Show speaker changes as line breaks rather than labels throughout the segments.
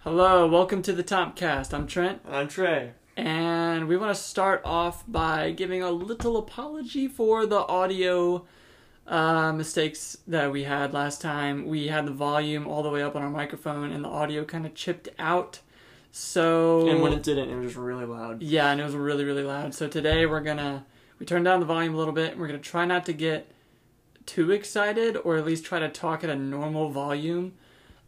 Hello, welcome to the Topcast. I'm Trent,
And I'm Trey.
and we want to start off by giving a little apology for the audio uh, mistakes that we had last time. We had the volume all the way up on our microphone, and the audio kind of chipped out. So
And when it didn't, it was just really loud.
Yeah, and it was really, really loud. So today we're gonna we turned down the volume a little bit and we're gonna try not to get too excited or at least try to talk at a normal volume.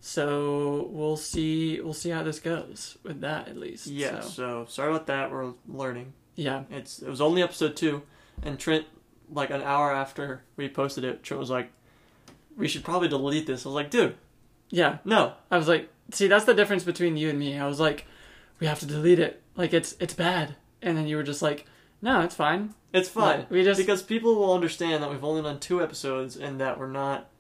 So we'll see we'll see how this goes with that at least.
Yeah.
So,
So sorry about that. We're learning.
yeah.
It's it was only episode two, and Trent, like an hour after we posted it, Trent was like, "We should probably delete this." I was like, "Dude,
Yeah.
no."
I was like see that's the difference between you and me. I was like, we have to delete it. Like it's it's bad. And then you were just like, No, it's fine.
It's fine.
We just-
because people will understand that we've only done two episodes and that we're not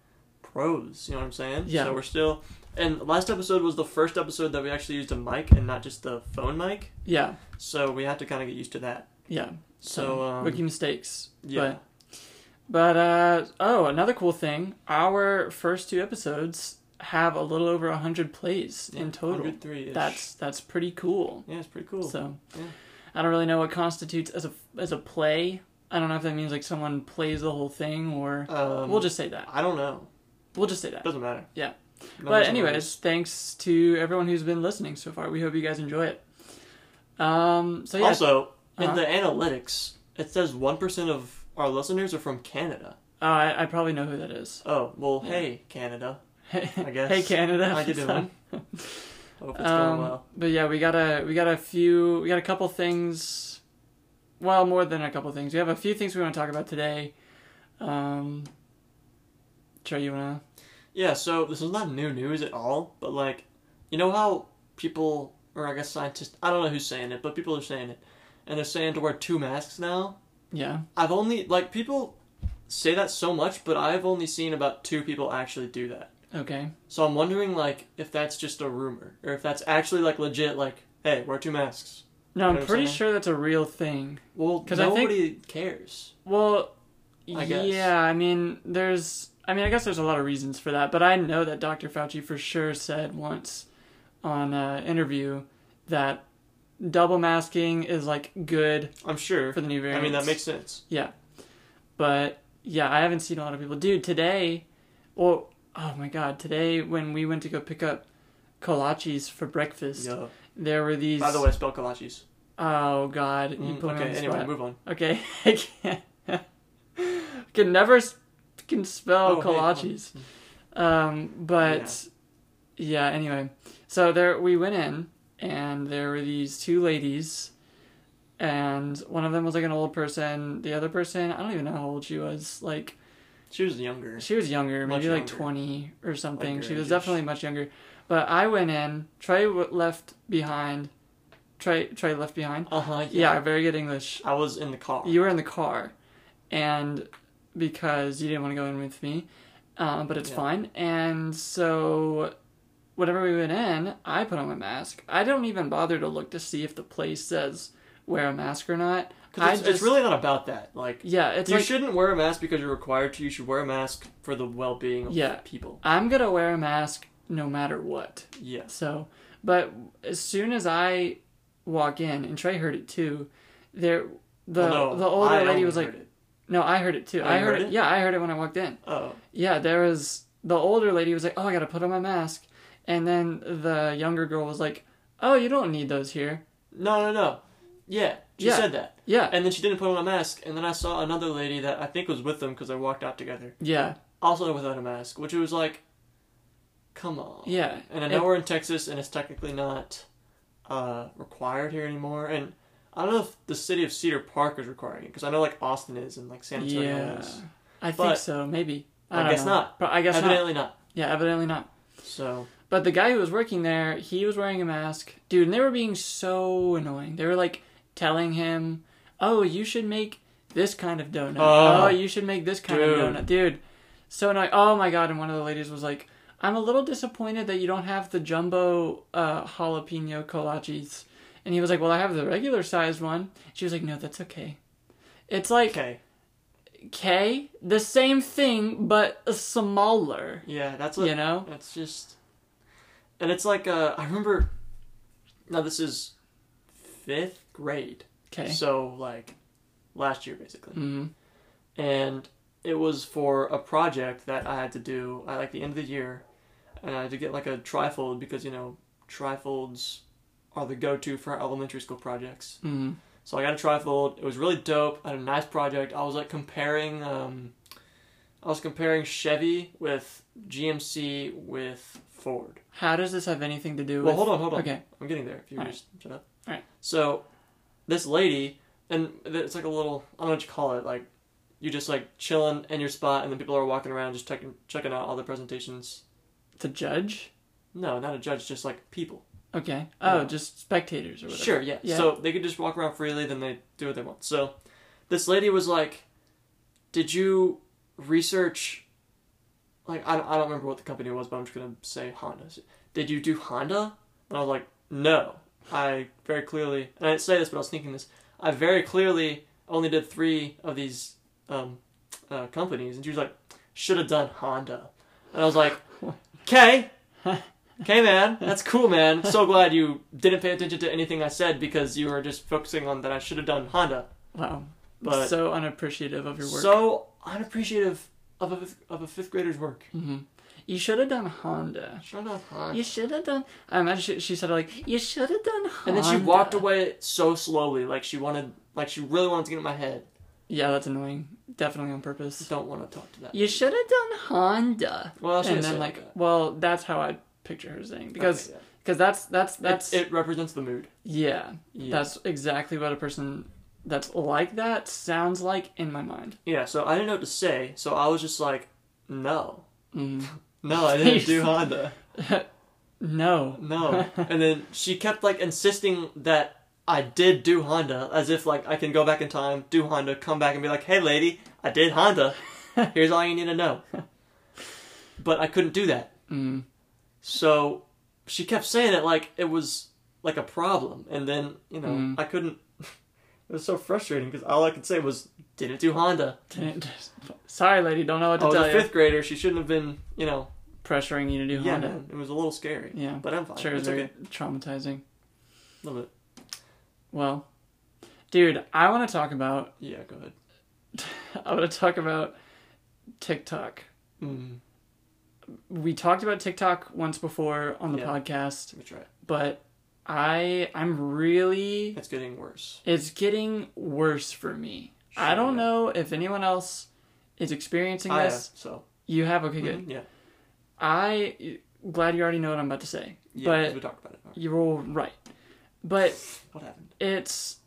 pros. You know what I'm saying?
Yeah.
So we're still. And last episode was the first episode that we actually used a mic and not just the phone mic.
Yeah.
So we have to kind of get used to that.
Yeah.
So um,
rookie mistakes.
yeah.
But uh oh, another cool thing. Our first two episodes have a little over 100 plays in total.
103 -ish.
That's that's pretty cool.
Yeah, it's pretty cool.
So
Yeah.
I don't really know what constitutes as a as a play. I don't know if that means like someone plays the whole thing or
um,
we'll just say that.
I don't know.
We'll just say that.
Doesn't matter.
Yeah.
Numbers
But
are numbers.
anyways, thanks to everyone who's been listening so far. We hope you guys enjoy it. Um so yeah.
also
Uh-huh.
in the analytics, it says one percent of our listeners are from Canada.
uh, I, I probably know who that is.
Oh well,
Yeah.
hey Canada.
Hey,
I guess.
hey Canada.
How you doing? Hope it's going
Um,
well.
But yeah, we got a we got a few we got a couple things. Well, more than a couple things. We have a few things we want to talk about today. Um, Trey, you wanna?
Yeah. So this is not new news at all, but like, you know how people, or I guess scientists, I don't know who's saying it, but people are saying it, and they're saying to wear two masks now.
Yeah,
I've only like people say that so much, but I've only seen about two people actually do that.
okay.
So I'm wondering like if that's just a rumor or if that's actually like legit. Like, hey, wear two masks.
No, I'm
Know what I'm
pretty
saying?
sure that's a real thing.
Well,
'Cause I think-
nobody cares.
Well,
I guess.
yeah. I mean, there's. I mean, I guess there's a lot of reasons for that, but I know that Dr. Fauci for sure said once on an interview that double masking is like good
I'm sure.
for the new
I
variants.
mean, that makes sense.
But yeah, I haven't seen a lot of people. Dude, today, well, oh my god, today when we went to go pick up kolaches for breakfast,
Yeah.
there were these.
By the way, spell kolaches.
oh god, you
Mm,
put me
okay.
on the
Anyway,
spot.
move on.
Okay, I can't. can never s- can spell
Oh, hey,
kolaches. um, but yeah. anyway, so there we went in, and there were these two ladies, and one of them was like an old person. The other person, I don't even know how old she was. Like
She was younger.
she was younger,
Much
maybe like
younger.
20 or something.
Like
she
your
was
age-ish.
definitely much younger. But I went in, Trey w- left behind. Trey, Trey left behind.
Uh huh.
Uh-huh, Yeah.
Yeah.
very good English.
I was in the car.
You were in the car, and because you didn't want to go in with me, um, but it's
Yeah.
fine. And so, whenever we went in, I put on my mask. I don't even bother to look to see if the place says wear a mask or not.
'Cause
I
it's,
just
it's really not about that. Like,
yeah, it's
you
like
shouldn't wear a mask because you're required to. You should wear a mask for the well-being of
Yeah.
people.
I'm gonna wear a mask no matter what.
Yeah.
So, but as soon as I walk in, and Trey heard it too, there the
Although,
the older
I
lady
only
was like,
heard it.
no, I heard it too.
Oh,
I
you
heard
heard
it.
it?
Yeah, I heard it when I walked in.
"Oh,
Yeah, there was the older lady was like, oh, I gotta put on my mask, and then the younger girl was like, oh, you don't need those here.
no, no, no." Yeah, she
Yeah.
said that.
Yeah,
And then she didn't put on a mask. And then I saw another lady that I think was with them because they walked out together,
yeah,
also without a mask, which was like, come on.
yeah.
And I know we're in Texas and it's technically not uh, required here anymore. And I don't know if the city of Cedar Park is requiring it because I know like Austin is and like San Antonio
yeah,
is.
I think
But-
so. Maybe. I,
I
don't
guess
know.
not.
Pro- I guess not.
Evidently not.
Yeah, evidently not.
So
But the guy who was working there, he was wearing a mask. Dude, and they were being so annoying. They were like telling him, "Oh, you should make this kind of donut. Oh,
Oh,
you should make this kind of
dude.
donut." Dude, so annoying. Oh my god, and one of the ladies was like, "I'm a little disappointed that you don't have the jumbo uh, jalapeno kolaches." And he was like, "Well, I have the regular sized one." She was like, "No, that's okay." It's like
okay,
K, the same thing but smaller,
yeah, that's what
you know?
That's just, and it's like uh, I remember Now this is fifth grade,
Okay.
so like last year basically,
hmm
and it was for a project that I had to do at like the end of the year, and I had to get like a trifold because you know trifolds are the go-to for elementary school projects.
hmm
So I got a trifold. It was really dope. I had a nice project. I was like comparing, um, I was comparing Chevy with GMC with Ford.
How does this have anything to do
Well,
with?
hold on, hold on.
Okay.
I'm getting there. If you would
Alright.
just shut up.
Alright.
So this lady, and it's like a little, I don't know what you call it. Like you just like chilling in your spot, and then people are walking around just checking checking out all the presentations.
To judge.
No, not a judge, just like people.
Okay. Oh,
Yeah.
just spectators or whatever.
Sure, yeah.
Yeah.
So they could just walk around freely, then they do what they want. So this lady was like, Did you research? Like, I don't, I don't remember what the company was, but I'm just going to say Honda. Did you do Honda? And I was like, No. I very clearly, and I didn't say this, but I was thinking this. I very clearly only did three of these um, uh, companies. And she was like, Should have done Honda. And I was like, Okay. Okay, man, that's cool, man. So glad you didn't pay attention to anything I said because you were just focusing on that I should have done Honda.
Wow.
But-
so unappreciative of your work.
So unappreciative of a, of a fifth grader's work.
Mhm. You should have done Honda.
Shut up, Honda.
You should have done. I imagine she, she said like, "You should have done." Honda.
And then she walked away so slowly, like she wanted, like she really wanted to get in my head.
Yeah, that's annoying. Definitely on purpose.
Don't want to talk to that.
You should have done Honda.
Well, she
and
didn't say
then
it
like,
like that.
well, that's how I picture her saying because
Okay, yeah.
because that's that's that's
That's it. Represents the mood.
yeah,
Yeah.
that's exactly what a person that's like that sounds like in my mind.
yeah. So I didn't know what to say, so I was just like, no,
Mm.
no, I didn't do Honda.
No.
No. and then she kept like insisting that I did do Honda, as if like I can go back in time, do Honda, come back and be like, hey lady, I did Honda. Here's all you need to know. But I couldn't do that.
Mm.
So she kept saying it like it was like a problem. And then, you know,
Mm.
I couldn't. It was so frustrating because all I could say was, didn't do Honda.
Didn't- Sorry, lady. Don't know what
I
to
was
tell
a
you.
Oh, fifth grader. She shouldn't have been, you know.
Pressuring you to do
Yeah,
Honda.
man, it was a little scary.
Yeah.
But I'm fine.
Sure, it's
it's
very
okay.
traumatizing.
A little bit.
Well, dude, I want to talk about.
Yeah, go ahead.
I want to talk about TikTok. Mm-hmm.
Mm,
We talked about TikTok once before on the
Yeah.
podcast,
let me try it.
but I I'm really
It's getting worse.
it's getting worse for me. I
Sure.
don't know if anyone else is experiencing
I, uh,
this.
so
You have okay, good.
Mhm, yeah,
I glad you already know what I'm about to say,
yeah. 'cause
but
we talked about it. All right.
you're all right. But
What happened?
it's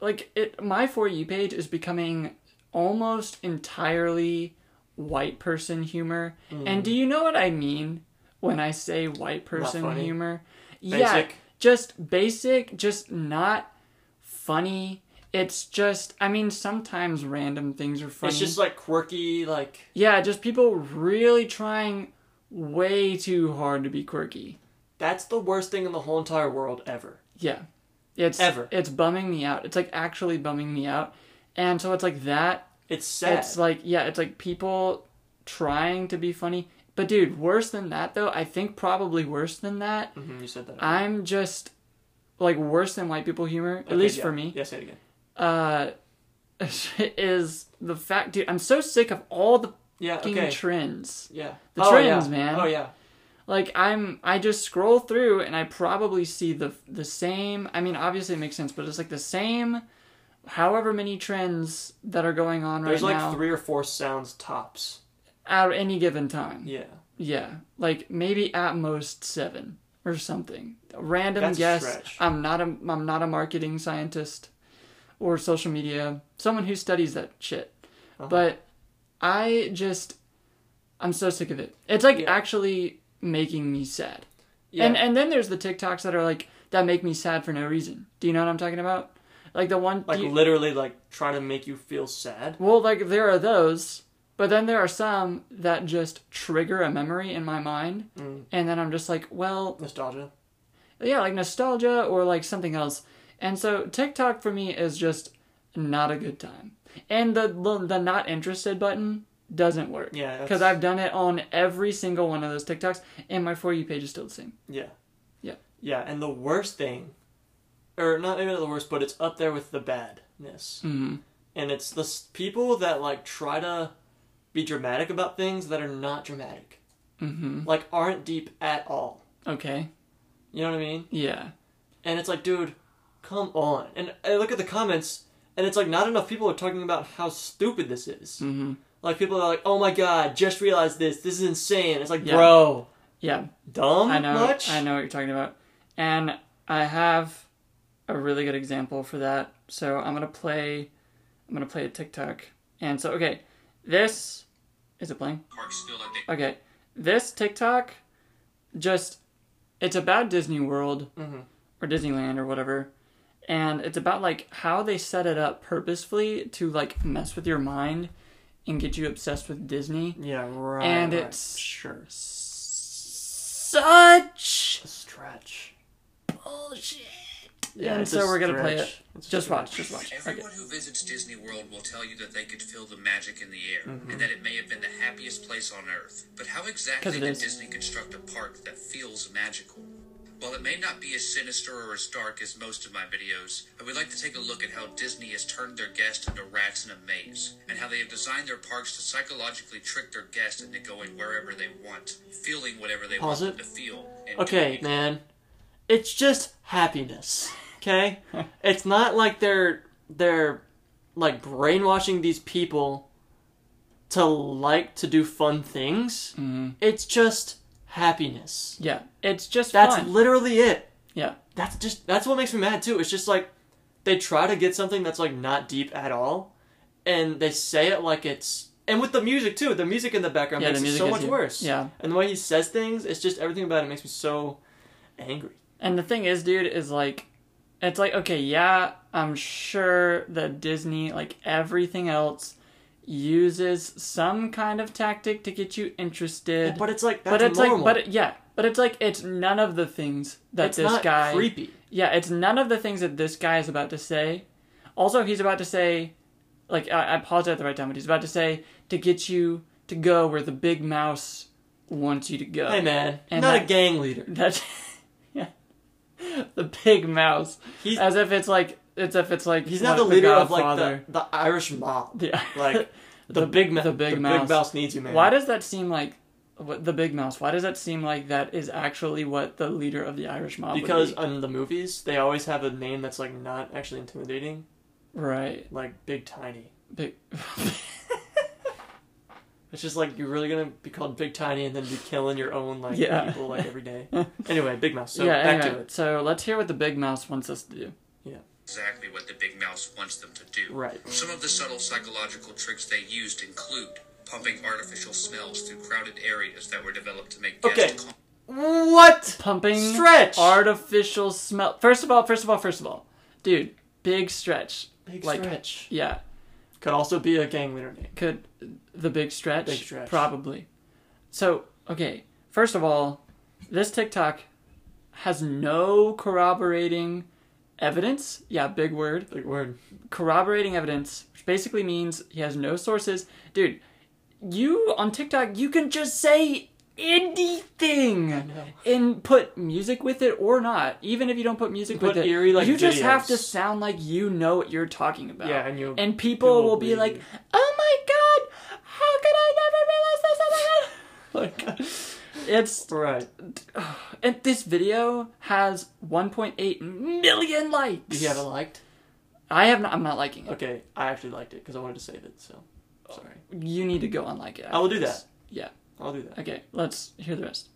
like it my for you page is becoming almost entirely white person humor
Mm.
and do you know what i mean when i say white person
funny.
humor yeah
Basic.
just basic just not funny it's just i mean sometimes random things are funny
It's just like quirky, like
yeah just people really trying way too hard to be quirky
that's the worst thing in the whole entire world ever.
Yeah. It's
Ever.
it's bumming me out. It's like actually bumming me out. And so it's like that.
It's sad.
It's like yeah, it's like people trying to be funny. But dude, worse than that though, I think probably worse than that.
Mhm, you said that.
I'm just like worse than white people humor, at
Okay,
least
yeah.
for me.
Yeah, say it again.
Uh is the fact dude, I'm so sick of all the
Yeah.
fucking
Okay.
trends.
yeah.
The
oh,
trends,
yeah.
man.
Oh yeah.
like i'm i just scroll through and i probably see the the same i mean obviously it makes sense but it's like the same however many trends that are going on
There's
right
like
now
three or four sounds tops.
at any given time
Yeah.
yeah like maybe at most seven or something a random
That's a
guess
stretch.
i'm not a i'm not a marketing scientist or social media someone who studies that shit
Uh-huh.
but i just i'm so sick of it it's like
Yeah.
actually making me sad
Yeah.
and uh, and then there's the TikToks that are like that make me sad for no reason. Do you know what I'm talking about? Like the one
like
do you-
literally, like trying to make you feel sad.
well, like there are those, but then there are some that just trigger a memory in my mind,
Mm.
and then I'm just like, well,
Nostalgia.
yeah, like nostalgia or like something else. And so TikTok for me is just not a good time. And the the not interested button doesn't work.
Yeah. that's-
Because I've done it on every single one of those TikToks, and my For You page is still the same.
Yeah.
Yeah.
Yeah, and the worst thing, or not even the worst, but it's up there with the badness.
Mm.
And it's the s- people that like try to be dramatic about things that are not dramatic,
Mm-hmm.
like aren't deep at all.
Okay.
You know what I mean?
Yeah.
And it's like, dude, come on. And I look at the comments, and it's like not enough people are talking about how stupid this is.
Mm-hmm.
Like people are like, oh my god, just realized this. This is insane. It's like,
Yeah.
bro,
Yeah.
dumb
I know.
much.
I know what you're talking about. And I have a really good example for that. So I'm gonna play. I'm gonna play a TikTok. And so okay, this is it playing?
Mark's still at the
Okay, this TikTok, just it's about Disney World
Mhm.
or Disneyland or whatever, and it's about like how they set it up purposefully to like mess with your mind and get you obsessed with Disney.
Yeah, right.
And
right.
it's-
sure
Such
a stretch.
bullshit. and so we're gonna play it. Just watch, just watch. Okay.
Everyone who visits Disney World will tell you that they could feel the magic in the air and that it may have been the happiest place on earth. But how
Mm-hmm. 'Cause
exactly
it
did
is.
Disney construct a park that feels magical? While it may not be as sinister or as dark as most of my videos, I would like to take a look at how Disney has turned their guests into rats in a maze, and how they have designed their parks to psychologically trick their guests into going wherever they want, feeling whatever they
Pause
want
it.
them to feel. and
Okay,
doing
man. It's just happiness. Okay? it's not like they're they're like brainwashing these people to like to do fun things.
Hmm.
It's just happiness.
Mm-hmm. Yeah, it's just
That's
fun.
literally it.
yeah,
That's just that's what makes me mad too. It's just like they try to get something that's like not deep at all and they say it like it's and with the music too, the music in the background
Yeah,
makes
the
it
music
so
is
much
deep.
worse.
Yeah.
And the way he says things, it's just everything about it makes me so angry.
and the thing is, dude, is like, it's like okay, yeah, I'm sure that Disney, like everything else, uses some kind of tactic to get you interested.
But it's like that's
but it's
normal.
like, but it, yeah, but it's like it's none of the things that
it's
this
not
guy.
creepy.
Yeah, it's none of the things that this guy is about to say. Also, he's about to say, like, I, I paused at the right time, but he's about to say to get you to go where the big mouse wants you to go.
Hey man,
And
not
that-
a gang leader.
That, yeah, the big mouse.
He's-
as if it's like, it's if it's like
He's not the
like
leader of like
Godfather.
the, the Irish mob.
Yeah.
Like the, big mouse.
the big mouse.
needs you, man.
Why does that seem like what, the big mouse? Why does that seem like that is actually what the leader of the Irish mob? would
because
be?
in the movies they always have a name that's like not actually intimidating,
right,
like Big Tiny.
big.
It's just like you're really gonna be called Big Tiny and then be killing your own like
Yeah.
people like every day. anyway, Big Mouse. So
yeah.
back
anyway,
to it.
so let's hear what the big mouse wants us to do.
exactly what the big mouse wants them to do.
Right.
Some of the subtle psychological tricks they used include pumping artificial smells through crowded areas that were developed to make guests
Okay.
calm.
What?
Pumping
Stretch!
artificial smell. First of all, first of all, first of all, dude, big stretch.
Big
Like-
stretch.
Yeah,
Could also be a gang leader name.
could the big stretch?
Big stretch.
probably. So okay, first of all, this TikTok has no corroborating evidence. Yeah, big word.
Big word.
corroborating evidence, which basically means he has no sources. Dude, you on TikTok, you can just say anything
know.
and put music with it or not. Even if you don't put music
Put
with it,
eerie, like,
you just have
videos.
to sound like you know what you're talking about.
Yeah, and you-
and people
people
will be
believe
like,
you.
"Oh my god, how could I never
uh,
realize this?" Oh my god. Like, it's
Right.
and this video has 1.8 million likes.
Did you have it liked?
I have not. I'm not liking it.
Okay, I actually liked it because I wanted to save it. So sorry.
You need to go on like it.
I will do
afterwards.
that.
Yeah.
I'll do that.
Okay. Let's hear the rest.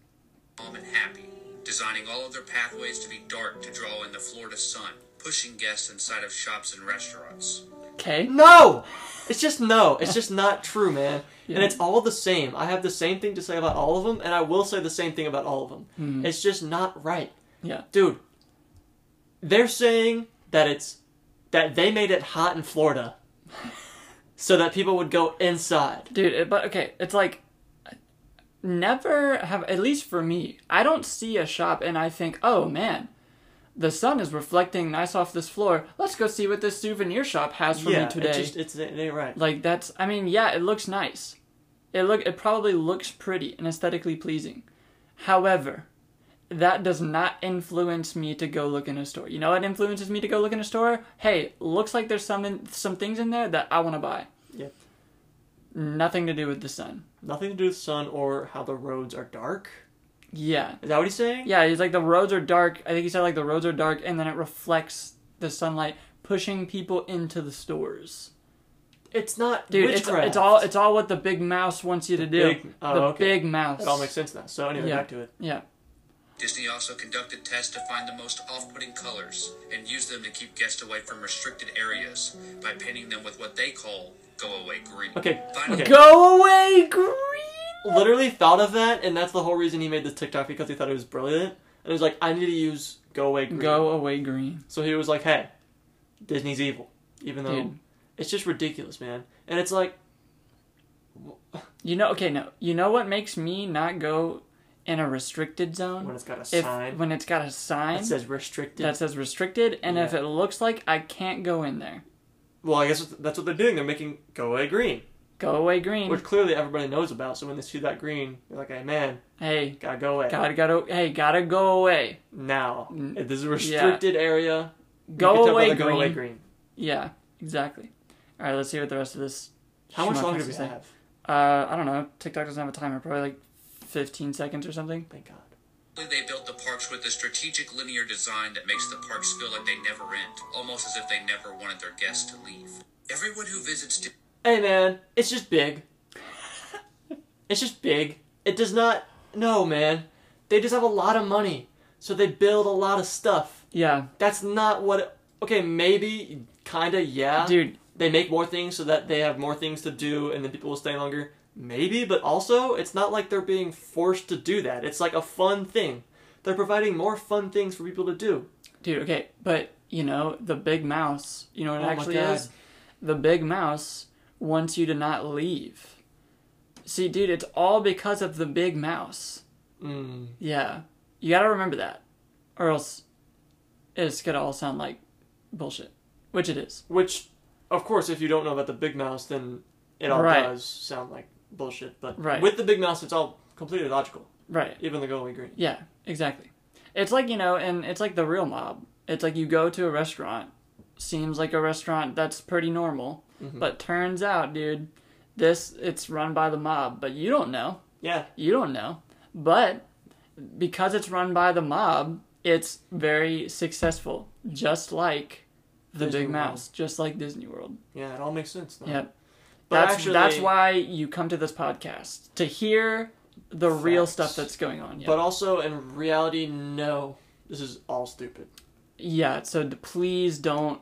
calm and happy, designing all of their pathways to be dark to draw in the Florida sun, pushing guests inside of shops and restaurants.
Okay.
No! It's just no. It's just not true, man. And it's all the same. I have the same thing to say about all of them, and I will say the same thing about all of them. It's just not right.
Yeah.
Dude, they're saying that it's that they made it hot in Florida so that people would go inside.
Dude, it- but okay, it's like never have at least for me, I don't see a shop and I think, "Oh man, the sun is reflecting nice off this floor. Let's go see what this souvenir shop has for me
yeah,
today."
It just, it's it ain't right.
like that's I mean, yeah, it looks nice. It look it probably looks pretty and aesthetically pleasing. However, that does not influence me to go look in a store. You know what influences me to go look in a store? Hey, looks like there's some in, some things in there that I want to buy.
Yep.
Nothing to do with the sun.
Nothing to do with sun or how the roads are dark.
Yeah.
Is that what he's saying?
Yeah, he's like the roads are dark. I think he said like the roads are dark and then it reflects the sunlight pushing people into the stores.
It's not
Dude, it's,
witchcraft.
it's all it's all what the big mouse wants you to do.
big- oh,
the
okay.
big mouse.
It all makes sense now. So anyway,
Yeah.
back to it.
Yeah.
Disney also conducted tests to find the most off putting colors and used them to keep guests away from restricted areas by painting them with what they call go away green.
Okay,
Finally,
okay.
Go away, green.
Literally thought of that, and that's the whole reason he made this TikTok because he thought it was brilliant. And he was like, I need to use go away green.
Go away, green.
So he was like, hey, Disney's evil. Even though
Dude.
it's just ridiculous, man. And it's like,
You know, okay, no. You know what makes me not go in a restricted zone?
when it's got a
if
sign
when it's got a sign
that says restricted.
that says restricted, and if
Yeah.
it looks like I can't go in there,
well, I guess that's what they're doing. They're making go away green,
go away, green.
which clearly everybody knows about. So when they see that green, they're like, hey, man,
hey,
gotta go away.
gotta gotta hey, gotta go away.
Now,
Mm.
if this is a restricted area, you
Go
can tell by
away,
the go away
green.
green.
Yeah, exactly. All right, let's see what the rest of this.
How much
schmuck
longer
has
do we
to say.
have?
Uh, I don't know. TikTok doesn't have a timer. Probably like fifteen seconds or something.
Thank God.
they built the parks with a strategic linear design that makes the parks feel like they never end, almost as if they never wanted their guests to leave. Everyone who visits Disney
Hey man, it's just big. it's just big. It does not. No man, they just have a lot of money, so they build a lot of stuff.
Yeah,
That's not what. Okay, maybe, kinda, yeah.
dude.
they make more things so that they have more things to do, and then people will stay longer. Maybe, but also it's not like they're being forced to do that. It's like a fun thing. They're providing more fun things for people to do.
Dude, okay, but you know the big mouse. You know what it
Oh my
actually
God.
is? The big mouse wants you to not leave. See, dude, it's all because of the big mouse.
Mm.
Yeah, you gotta remember that, or else it's gonna all sound like bullshit, which it is.
Which, of course, if you don't know about the Big Mouse, then it all
Right.
does sound like bullshit. But
Right.
with the Big Mouse, it's all completely logical.
Right.
Even the going green.
Yeah. Exactly. It's like you know, and it's like the real mob. It's like you go to a restaurant, seems like a restaurant that's pretty normal,
Mm-hmm.
but turns out, dude, this it's run by the mob, but you don't know.
Yeah.
You don't know. But because it's run by the mob, it's very successful, just like the
Disney
Big
World.
Mouse, just like Disney World.
Yeah, it all makes sense. Now.
Yep.
But
that's
actually,
that's why you come to this podcast to hear the real
Facts.
stuff that's going on. Yep.
But also in reality, no, this is all stupid.
yeah, so d- please don't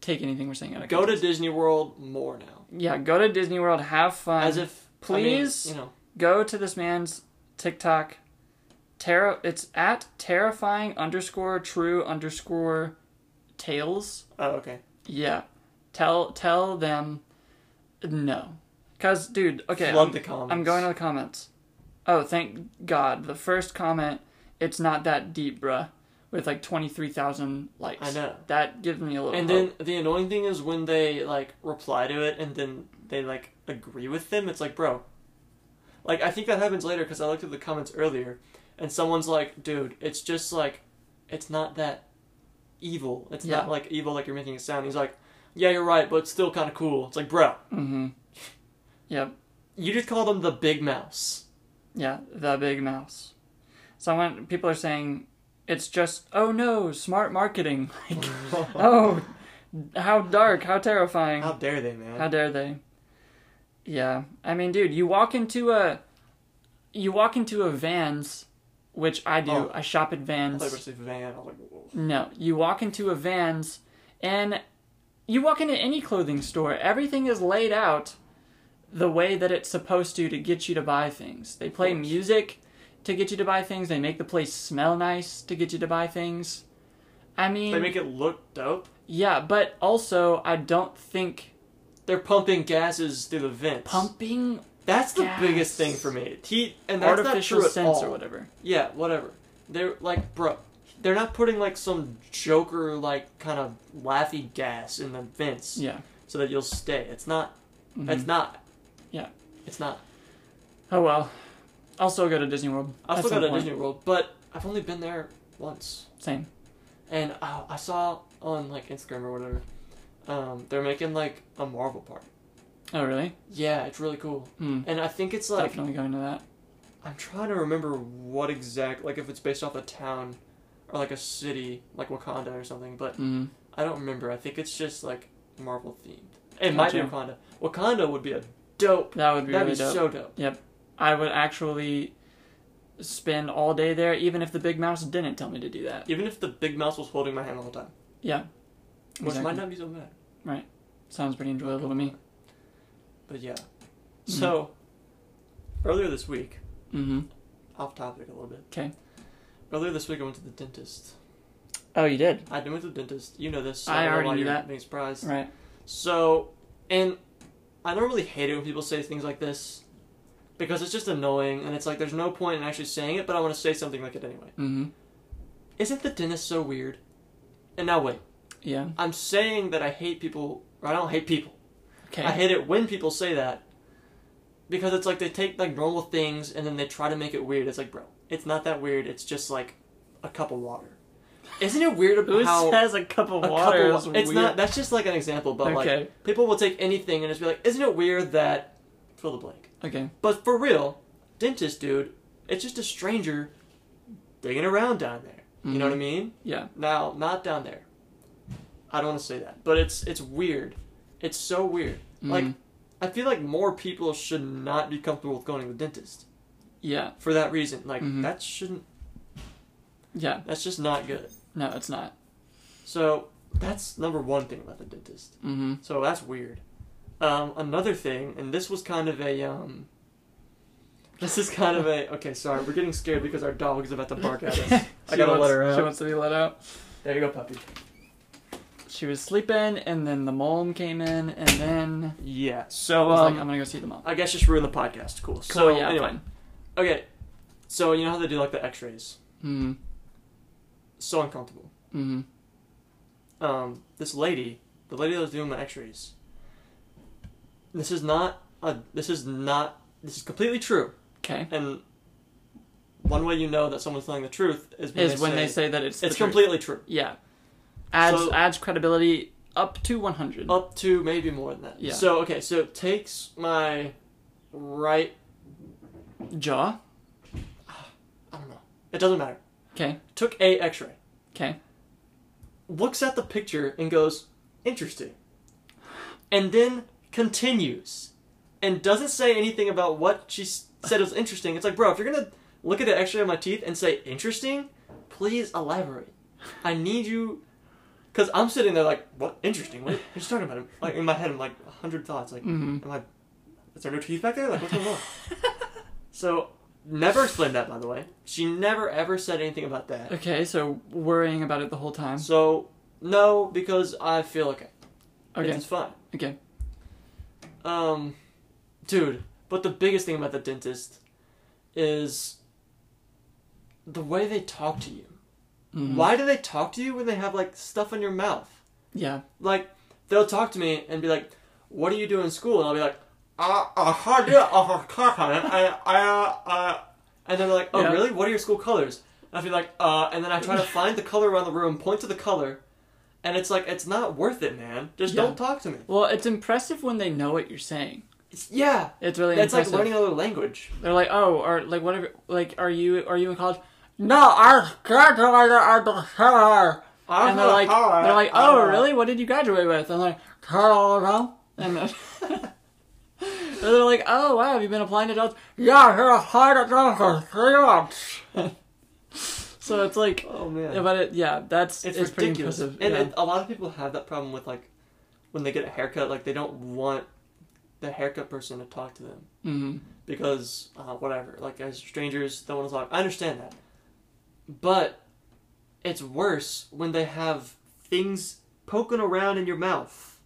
take anything we're saying out of
Go to
context.
Disney World more now,
yeah, go to Disney World, have fun.
as if I mean,
Um, please
you know.
go to this man's TikTok. Terra, it's at terrifying underscore true underscore tales.
Oh, okay.
Yeah, tell tell them no, cause dude, okay,
Flood
I'm,
the comments.
I'm going to the comments. Oh, thank God, the first comment. It's not that deep, bruh. With like twenty three thousand likes.
I know.
That gives me a little.
And
hope.
then the annoying thing is when they like reply to it and then they like agree with them. It's like, bro. Like I think that happens later because I looked at the comments earlier, and someone's like, dude, it's just like, it's not that evil. It's
Yeah.
not like evil like you're making it sound. He's like, yeah, you're right, but it's still kind of cool. It's like, bro,
Mm-hmm. Yep.
you just called him the big mouse.
Yeah, the big mouse. Someone people are saying it's just oh no, smart marketing. Like, oh, how dark, how terrifying.
How dare they, man?
How dare they? Yeah, I mean, dude, you walk into a, you walk into a Vans, which I do.
Oh.
I shop at
I thought you were
Vans.
saying van. I was like, whoa.
No, you walk into a Vans, and you walk into any clothing store. Everything is laid out the way that it's supposed to to get you to buy things. They play
course.
music to get you to buy things. They make the place smell nice to get you to buy things. I mean,
they make it look dope.
yeah, but also I don't think
They're pumping gases through the vents.
pumping
That's the
Gas.
biggest thing for me. He and that's
artificial
not true at
sense
all.
or whatever.
Yeah, whatever. They're like, bro, they're not putting like some Joker like kind of laughy gas in the vents
Yeah. Mm-hmm.
so that you'll stay. It's not. It's not.
Yeah.
It's not.
Oh well. I'll still go to Disney World.
I'll
at
still
some
go to
point.
Disney World, but I've only been there once.
Same.
And uh, I saw on like Instagram or whatever, um, they're making like a Marvel park.
Oh, really?
Yeah, it's really cool.
Hmm.
And I think it's like
Definitely going to that.
I'm trying to remember what exact like if it's based off a town or like a city like Wakanda or something, but
Mm.
I don't remember. I think it's just like Marvel themed. It might be
Gotcha.
Wakanda. Wakanda would be a dope.
That would be
That'd
really
be
dope.
so dope.
I would actually spend all day there, even if the big mouse didn't tell me to do that.
Even if the big mouse was holding my hand all the time,
Yeah,
which
Exactly.
might not be so bad.
sounds pretty enjoyable to me.
But yeah. So earlier this week,
Mm-hmm.
off topic a little bit.
'Kay.
Earlier this week, I went to the dentist.
Oh, you did.
I went to the dentist. You know this. so
I
don't know
already
why
knew
you're
that.
Being surprised.
Right.
So, and I don't really hate it when people say things like this because it's just annoying and it's like there's no point in actually saying it, but I want to say something like it anyway.
Mm-hmm.
Isn't the dentist so weird? And now wait,
Yeah.
I'm saying that I hate people, or I don't hate people.
Okay.
I hate it when people say that because it's like they take like normal things and then they try to make it weird. It's like, bro, it's not that weird. It's just like a cup of water. Isn't it weird
Who
how
says a cup of
a
water
cup
is
of wa- It's
weird?
not. That's just like an example, but like
okay.
people will take anything and just be like, isn't it weird that fill the blank?
Okay.
But for real, dentist dude, it's just a stranger digging around down there. You know what I mean?
Yeah.
Now, not down there. I don't want to say that, but it's it's weird. It's so weird. Like
Mhm.
I feel like more people should not be comfortable with going to the dentist
Yeah.
for that reason. Like
Mhm.
that shouldn't.
Yeah.
That's just not good.
No, it's not.
So that's number one thing about the dentist.
Mm-hmm.
So that's weird. Um, another thing, and this was kind of a um, this is kind of a okay. Sorry, we're getting scared because our dog is about to bark at us. I gotta let her
She
out.
wants to be let out.
There you go, puppy.
She was sleeping, and then the mom came in, and then
Yeah.
I
So
was
um,
like, I'm gonna go see the mom.
I guess just ruin the podcast. Cool. so
yeah,
anyway,
fine.
okay. So you know how they do like the X-rays?
Mm.
So uncomfortable.
Mm-hmm.
Um, this lady, the lady that was doing the X-rays. This is not a. This is not. This is completely true.
Okay.
And one way you know that someone's telling the truth is when,
Is
they,
when
say,
they say that it's the
it's
truth.
completely true.
Yeah. Adds
So- Oh.
adds credibility up to 100.
Up to maybe more than that.
Yeah.
So okay, so it takes my right.
Jaw.
I don't know. It doesn't matter.
Okay.
Took a X-ray,
Okay.
looks at the picture and goes, "Interesting," and then continues, and doesn't say anything about what she s- said was interesting. It's like, bro, if you're gonna look at an X-ray of my teeth and say interesting, please elaborate. I need you. Cause I'm sitting there like, what interesting? What are you talking about? Like in my head, I'm like a hundred thoughts. Like,
Mm-hmm.
Am I? Is there no teeth back there? Like what's going on? so never explained that, by the way. She never ever said anything about that.
Okay. So worrying about it the whole time.
So no, because I feel okay.
Okay.
It's fine.
Okay.
Um, dude, but the biggest thing about the dentist is the way they talk to you.
Mhm.
Why do they talk to you when they have like stuff in your mouth?
Yeah.
like they'll talk to me and be like, "What do you do in school?" And I'll be like, "Uh, uh, how do uh, I, I, uh, uh," and then they're like, "Oh,
Yeah.
really? What are your school colors?" And I'll be like, "Uh," and then I try to find the color around the room, point to the color, and it's like it's not worth it, man. Just
Yeah.
don't talk to me.
Well, it's impressive when they know what you're saying.
It's, yeah,
It's really
that's like
impressive.
learning another language.
They're like, oh, or like whatever. Like, are you are you in college? No, I graduated at the hair. And they're like, they're like, oh, really? What did you graduate with? I'm like, Colorado. And then- And they're like, oh, wow, have you been applying to jobs? Yeah, here at Harvard for three months. So it's like,
Oh man,
but it, yeah, that's
it's,
it's, pretty
ridiculous.
impressive.
And,
yeah.
and a lot of people have that problem with like when they get a haircut, like they don't want the haircut person to talk to them.
Mhm.
because uh, whatever, like as strangers, don't want to talk. I understand that, but it's worse when they have things poking around in your mouth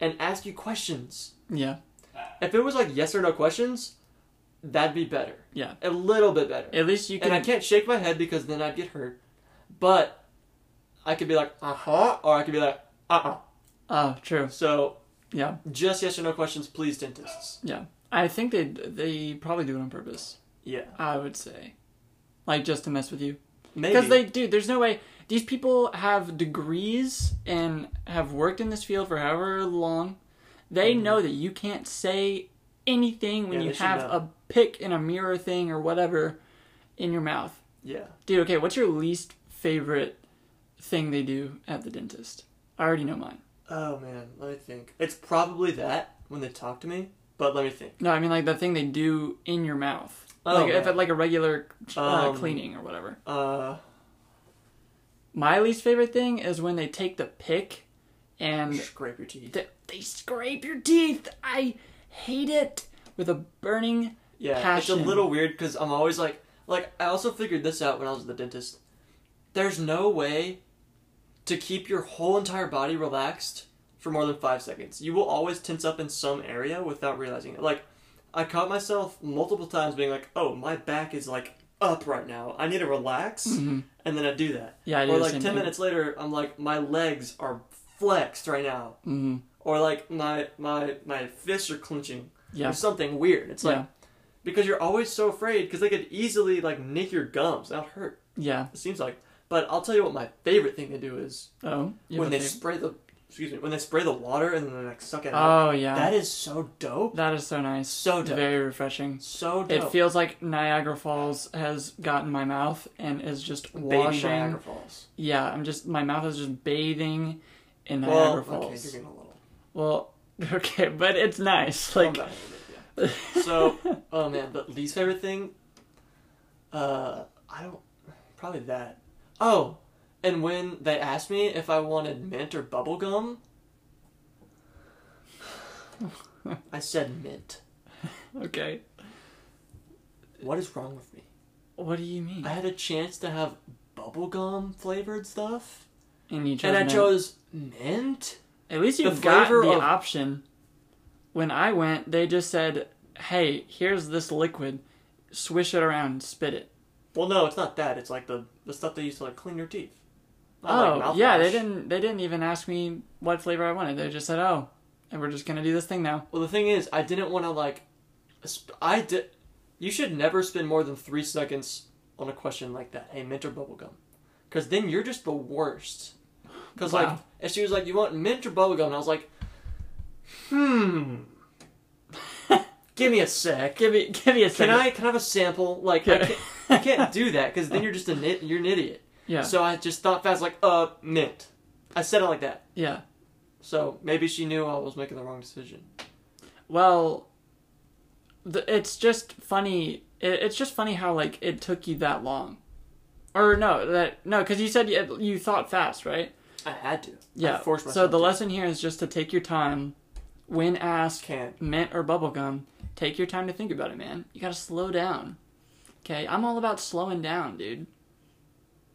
and ask you questions.
yeah,
If it was like yes or no questions, that'd be better.
Yeah.
a little bit better.
at least you can.
and I can't shake my head because then I'd get hurt. But I could be like uh huh, or I could be like uh uh
Oh, true.
So
Yeah,
just yes or no questions, please, dentists.
yeah. I think they they probably do it on purpose.
Yeah.
I would say. like just to mess with you.
Maybe.
Because they do. There's no way these people have degrees and have worked in this field for however long. They know that you can't say anything when
Mm-hmm. Yeah,
you
they should
have
know.
a pick in a mirror thing or whatever in your mouth.
Yeah.
Dude, okay, what's your least favorite thing they do at the dentist? I already know mine.
Oh man, let me think. It's probably that when they talk to me, but let me think.
No, I mean like the thing they do in your mouth.
Oh,
like if
right.
like a regular uh,
Um,
cleaning or whatever.
Uh,
My least favorite thing is when they take the pick and
scrape your teeth.
They, they scrape your teeth. I hate it with a burning.
Yeah,
passion.
it's a little weird because I'm always like, like I also figured this out when I was at the dentist. There's no way to keep your whole entire body relaxed for more than five seconds. You will always tense up in some area without realizing it. Like, I caught myself multiple times being like, "Oh, my back is like up right now. I need to relax," and then I do that.
Mm-hmm. Yeah, I do
Or
the
like
same
ten
thing.
minutes later, I'm like, my legs are flexed right now,
Mhm.
or like my my my fists are clenching,
Yeah.
or something weird. It's like
Yeah.
because you're always so afraid because they could easily like nick your gums. That would hurt.
Yeah.
It seems like. But I'll tell you what my favorite thing to do is
Oh. you have
when
a
they
favorite-
spray the excuse me when they spray the water and then they, like suck it out.
Oh yeah.
That is so dope.
that is so nice.
So
It's
dope.
very refreshing.
So dope.
It feels like Niagara Falls has gotten my mouth and is just
Baby
washing.
Niagara Falls.
Yeah, I'm just my mouth is just bathing in Niagara
Well, okay,
Falls.
you're getting a little.
Well, okay, but it's nice.
calm
Like
down a little bit, yeah. So, oh man, but least favorite thing. Uh, I don't. Probably that. Oh, and when they asked me if I wanted mint or bubble gum, I said mint.
okay.
What is wrong with me?
What do you mean?
I had a chance to have bubblegum flavored stuff,
And you chose.
and I
mint.
chose mint.
At least you
The
got
flavor
the
of-
option. When I went, they just said, "Hey, here's this liquid. Swish it around and spit it."
Well, no, it's not that. It's like the the stuff they use to like clean your teeth.
oh,
Not like
yeah, they
mouthwash.
didn't they didn't even ask me what flavor I wanted. They just said, "Oh, and we're just going to do this thing now."
Well, the thing is, I didn't want to like. sp- I did. You should never spend more than three seconds on a question like that. Hey, mint or bubblegum? Because then you're just the worst. Because like,
Wow.
and she was like, "You want mint or bubblegum?" And I was like, "Hmm." Give me a sec.
Give me give me a
Can
second.
I can I have a sample? Like, I
Yeah.
can't, I can't do that because then you're just an i- you're an idiot.
Yeah.
So I just thought fast, like, uh, mint. I said it like that.
yeah.
So maybe she knew I was making the wrong decision.
Well, th it's just funny. It, it's just funny how like it took you that long. Or no, that no, because you said you, you thought fast, right?
I had to.
Yeah.
I forced myself.
so the
to.
lesson here is just to take your time when asked
Can't.
mint or bubblegum, take your time to think about it, man. You got to slow down. Okay? I'm all about slowing down, dude.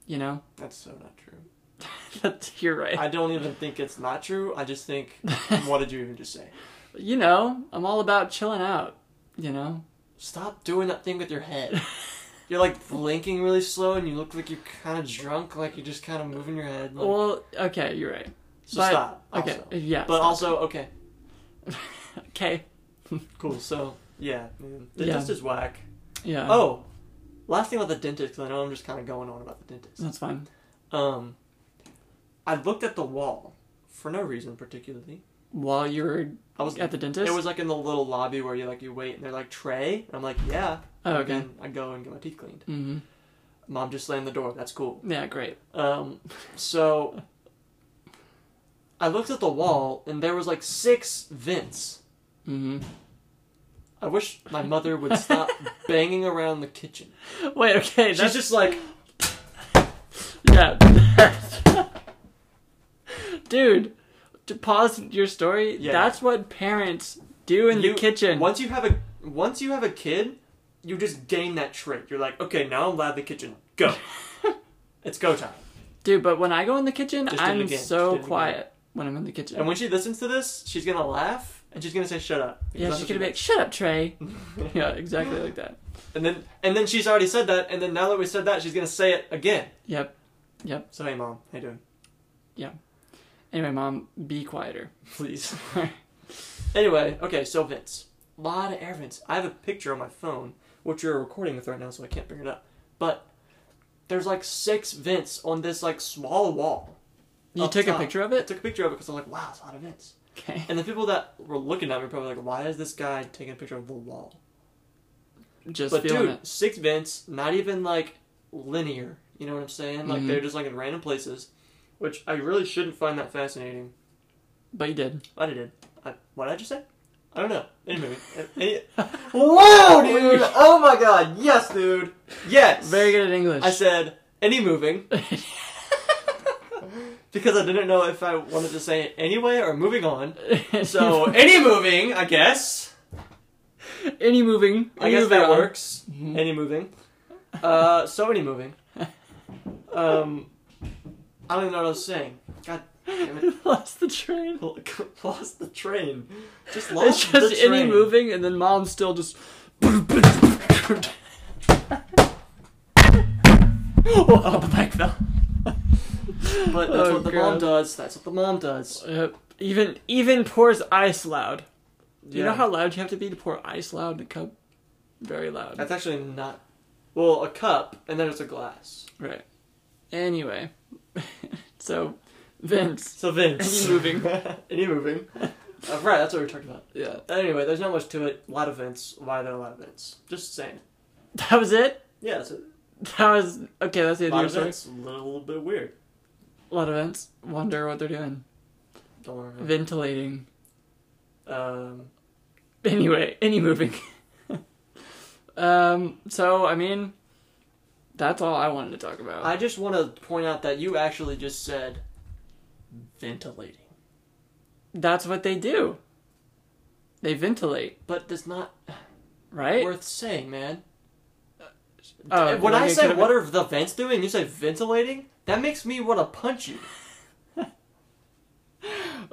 You know?
That's so not true.
That's you're right.
I don't even think it's not true. I just think, what did you even just say?
you know, I'm all about chilling out, you know?
Stop doing that thing with your head. You're like blinking really slow, and you look like you're kind of drunk, like you're just kind of moving your head. Like,
Well, okay, you're right.
so
but-
stop.
okay,
also.
yeah,
But
stop.
also, okay,
Okay.
cool. So yeah, man. the
Yeah.
dentist is whack.
Yeah.
Oh, last thing about the dentist, because I know I'm just kind of going on about the dentist.
that's fine.
Um, I looked at the wall for no reason particularly.
While you were
I was
at the dentist?
It was like in the little lobby where you like you wait and they're like tray. And I'm like yeah.
Oh,
And
okay.
then I go and get my teeth cleaned.
Mhm.
Mom just slammed the door. That's cool.
Yeah, great.
Um, so I looked at the wall and there was like six vents.
Mhm.
I wish my mother would stop banging around the kitchen.
Wait, okay.
She's
That's
just like
Yeah. Dude, to pause your story,
Yeah.
that's what parents do in
you-
the kitchen.
Once you have a once you have a kid, you just gain that trait. You're like, okay, now I'm loud in the kitchen. Go. it's go time.
Dude, but when I go in the kitchen,
Just did it
I'm
again, just
so
did it
quiet when I'm in the kitchen.
And when she listens to this, she's gonna laugh and she's gonna say, "Shut up." Because
yeah,
that's
she's
what
gonna be like,
does.
shut up, Trey. yeah, exactly like that.
And then, and then she's already said that. And then now that we said that, she's gonna say it again.
Yep.
So hey, mom, how you doing?
Anyway, mom, be quieter.
Please. anyway, okay. So vents, a lot of air vents. I have a picture on my phone, which we are recording with right now, so I can't bring it up. But there's like six vents on this like small wall.
You
up
took
top.
a picture of
I
it?
took a picture of it because I'm like, wow, it's a lot of vents.
Okay.
And the people that were looking at me probably like, why is this guy taking a picture of the wall?
Just
But
feeling
dude,
it.
six vents, not even like linear. You know what I'm saying? Like
Mhm.
they're just like in random places, which I really shouldn't find that fascinating.
But you did.
But I did. I, what did I just say? I don't know. Anyway, any,
Whoa, dude!
Oh my god! Yes, dude. Yes.
Very good at English.
I said any moving because I didn't know if I wanted to say it anyway or moving on. So any moving, I guess.
any moving,
I
any
guess
moving
that
on.
works. Any moving. Uh, so any moving. Um, I don't even know what I was saying. God damn it!
Lost the train.
Lost the train.
It's
Just lost the
just any
train.
moving, and then mom's still just. oh, the mic fell.
But that's
Oh,
what the
God.
mom does. That's what the mom does.
Yep. Uh, Even even pours ice loud. You know
Yeah.
how loud you have to be to pour ice loud in a cup? Very loud.
That's actually not. Well, a cup, and then it's a glass.
right. Anyway, so Vince,
So Vince.
Any moving.
Any moving. Uh, right, that's what we are talking about.
yeah,
Anyway, there's not much to it. A lot of Vince. Why there are a lot of Vince? Just saying.
that was it.
Yeah, it's a
That was okay. That's the end
lot
of your
of
story.
Vince. A little bit weird.
A lot of Vince. Wonder what they're doing.
Don't want to know.
Ventilating.
Um,
Anyway, any moving. um. So I mean, that's all I wanted to talk about.
I just want to point out that you actually just said ventilating.
that's what they do. They ventilate,
But that's not
right?
worth saying, man.
oh,
when
like
I
it
say
could've
what are the vents doing, you say ventilating? That makes me want to punch you.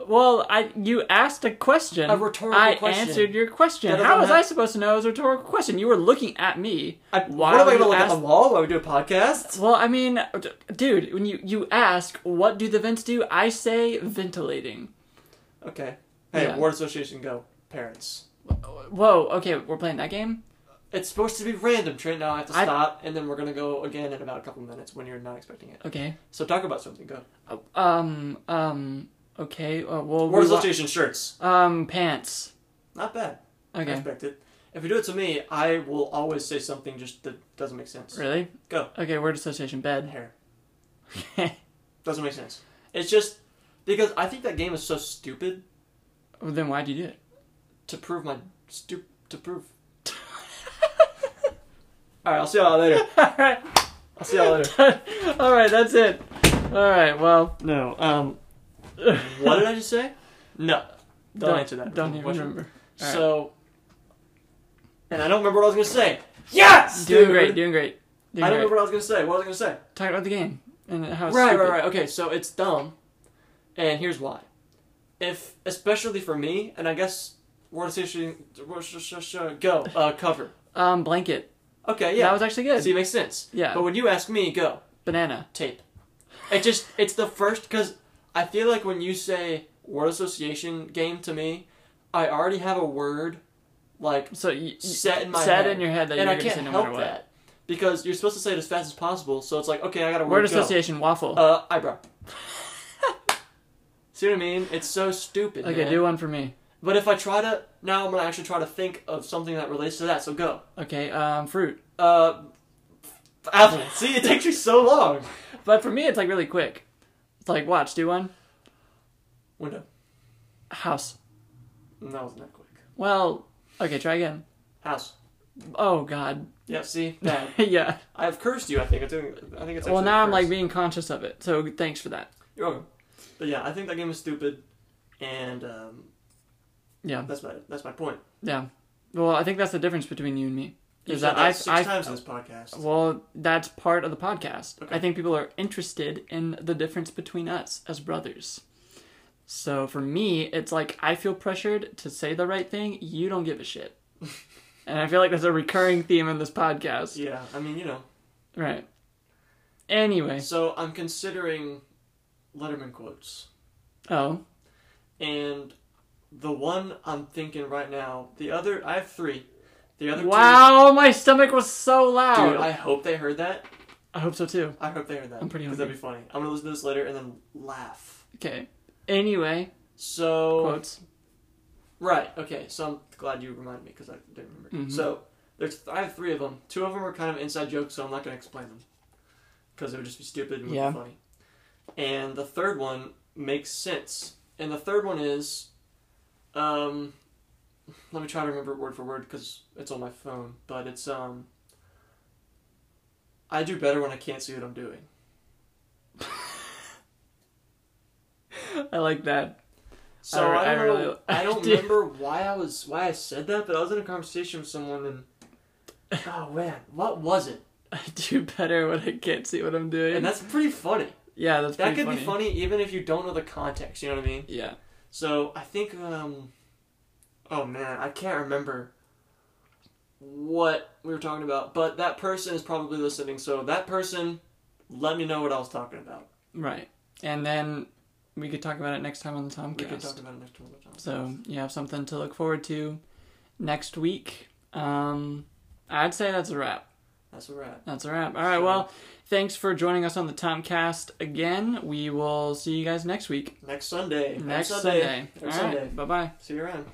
Well, I you asked a question.
A rhetorical
I
question.
answered your question.
That doesn't
How was I
have-
supposed to know it was a rhetorical question? You were looking at me.
I,
Why
what am
would
I going to
you
look at
ask-
the wall while we do a podcast?
Well, I mean, d- dude, when you you ask what do the vents do, I say ventilating.
Okay. Hey,
Yeah.
word association, go. Parents.
Whoa, okay, we're playing that game.
It's supposed to be random, Trent. Now I have to
I-
stop, and then we're gonna go again in about a couple minutes when you're not expecting it.
Okay.
So talk about something. Go.
Um um okay. Uh, well,
Word
we wa-
association shirts.
um pants.
Not bad. I
Okay.
expect it. If you do it to me, I will always say something just that doesn't make sense.
Really?
Go.
Okay, word association bed.
Hair
well,
doesn't make sense. It's just because I think that game is so stupid
then why'd you do it?
to prove my stup to prove. All right, I'll see y'all later.
All right.
I'll see y'all later.
All right, that's it. All right. Well,
No. Um. What did I just say? No. Don't, answer that.
Don't even
Question.
remember. All right.
So, and I don't remember what I was gonna say. Yes,
Doing
dude!
great, doing great. Doing
I don't
great.
remember what I was gonna say. What was I gonna say?
Talk about the game and how it's
Right,
stupid.
right, right. Okay, so it's dumb, and here's why. If especially for me, and I guess word association, word association- go uh, cover.
Um, blanket.
Okay,
That
yeah.
was actually good.
See, it makes sense.
Yeah.
But when you ask me, go
Banana.
tape. It just it's the first because I feel like when you say word association game to me, I already have a word like
So you,
set in my
set
head.
in your head that
and
you're
I
gonna
can't
say no
help
matter what.
that because you're supposed to say it as fast as possible. So it's like, okay, I got a
Word
word. go.
association waffle.
Uh, eyebrow. See what I mean? It's so stupid.
okay,
man.
do one for me.
But if I try to now, I'm gonna actually try to think of something that relates to that. So go.
Okay, um, fruit.
Uh, apple. See, it takes you so long.
But for me, it's like really quick. It's like watch, do one.
Window.
House.
No, that wasn't that quick.
Well, okay, try again.
House.
Oh God.
Yep. See, bad.
yeah.
I have cursed you. I think. I think. I think it's.
Well,
actually
now
a
I'm like
curse.
being conscious of it. So thanks for that.
You're welcome. But yeah, I think that game is stupid, and um,
Yeah.
that's my that's my point.
Yeah. Well, I think that's the difference between you and me.
You
Is
said
that,
that
I,
six
I
times in this podcast.
Well, that's part of the podcast.
Okay.
I think people are interested in the difference between us as brothers. So for me, it's like I feel pressured to say the right thing. You don't give a shit. and I feel like that's a recurring theme in this podcast.
yeah, I mean, you know.
Right. Anyway.
So I'm considering Letterman quotes,
Oh.
and the one I'm thinking right now, the other I have three. The other
Wow, my stomach was so
two,
loud.
dude, I hope they heard that
I hope so too.
I hope they heard that.
I'm pretty
'cause that'd be funny. I'm gonna listen to this later and then laugh.
Okay. Anyway,
So
quotes.
right, okay. So I'm glad you reminded me because I didn't remember.
Mhm.
So there's I have three of them. Two of them are kind of inside jokes, so I'm not gonna explain them because it would just be stupid and
Yeah.
wouldn't be funny. And the third one makes sense. And the third one is, um, let me try to remember it word for word because it's on my phone. But it's um, I do better when I can't see what I'm doing.
I like that.
So
I re-
I,
I
don't
really-
know, I don't
did-
remember why I was why I said that, but I was in a conversation with someone and oh man, what was it?
I do better when I can't see what I'm doing.
And that's pretty funny.
yeah, that's
That
pretty
could be funny even if you don't know the context. You know what I mean?
Yeah.
So I think um, oh man, I can't remember what we were talking about, but that person is probably listening. So that person, let me know what I was talking about.
Right. And then we could talk about it next time on the
We can
Tomcast.
talk about it next time. another time.
So you have something to look forward to next week. Um, I'd say that's a wrap.
that's a wrap.
That's a wrap. All right.
Sure.
Well, thanks for joining us on the Tomcast again. We will see you guys next week.
Next Sunday.
Next
Every Sunday.
Sunday.
Every
All right.
Sunday.
Bye bye.
See you around.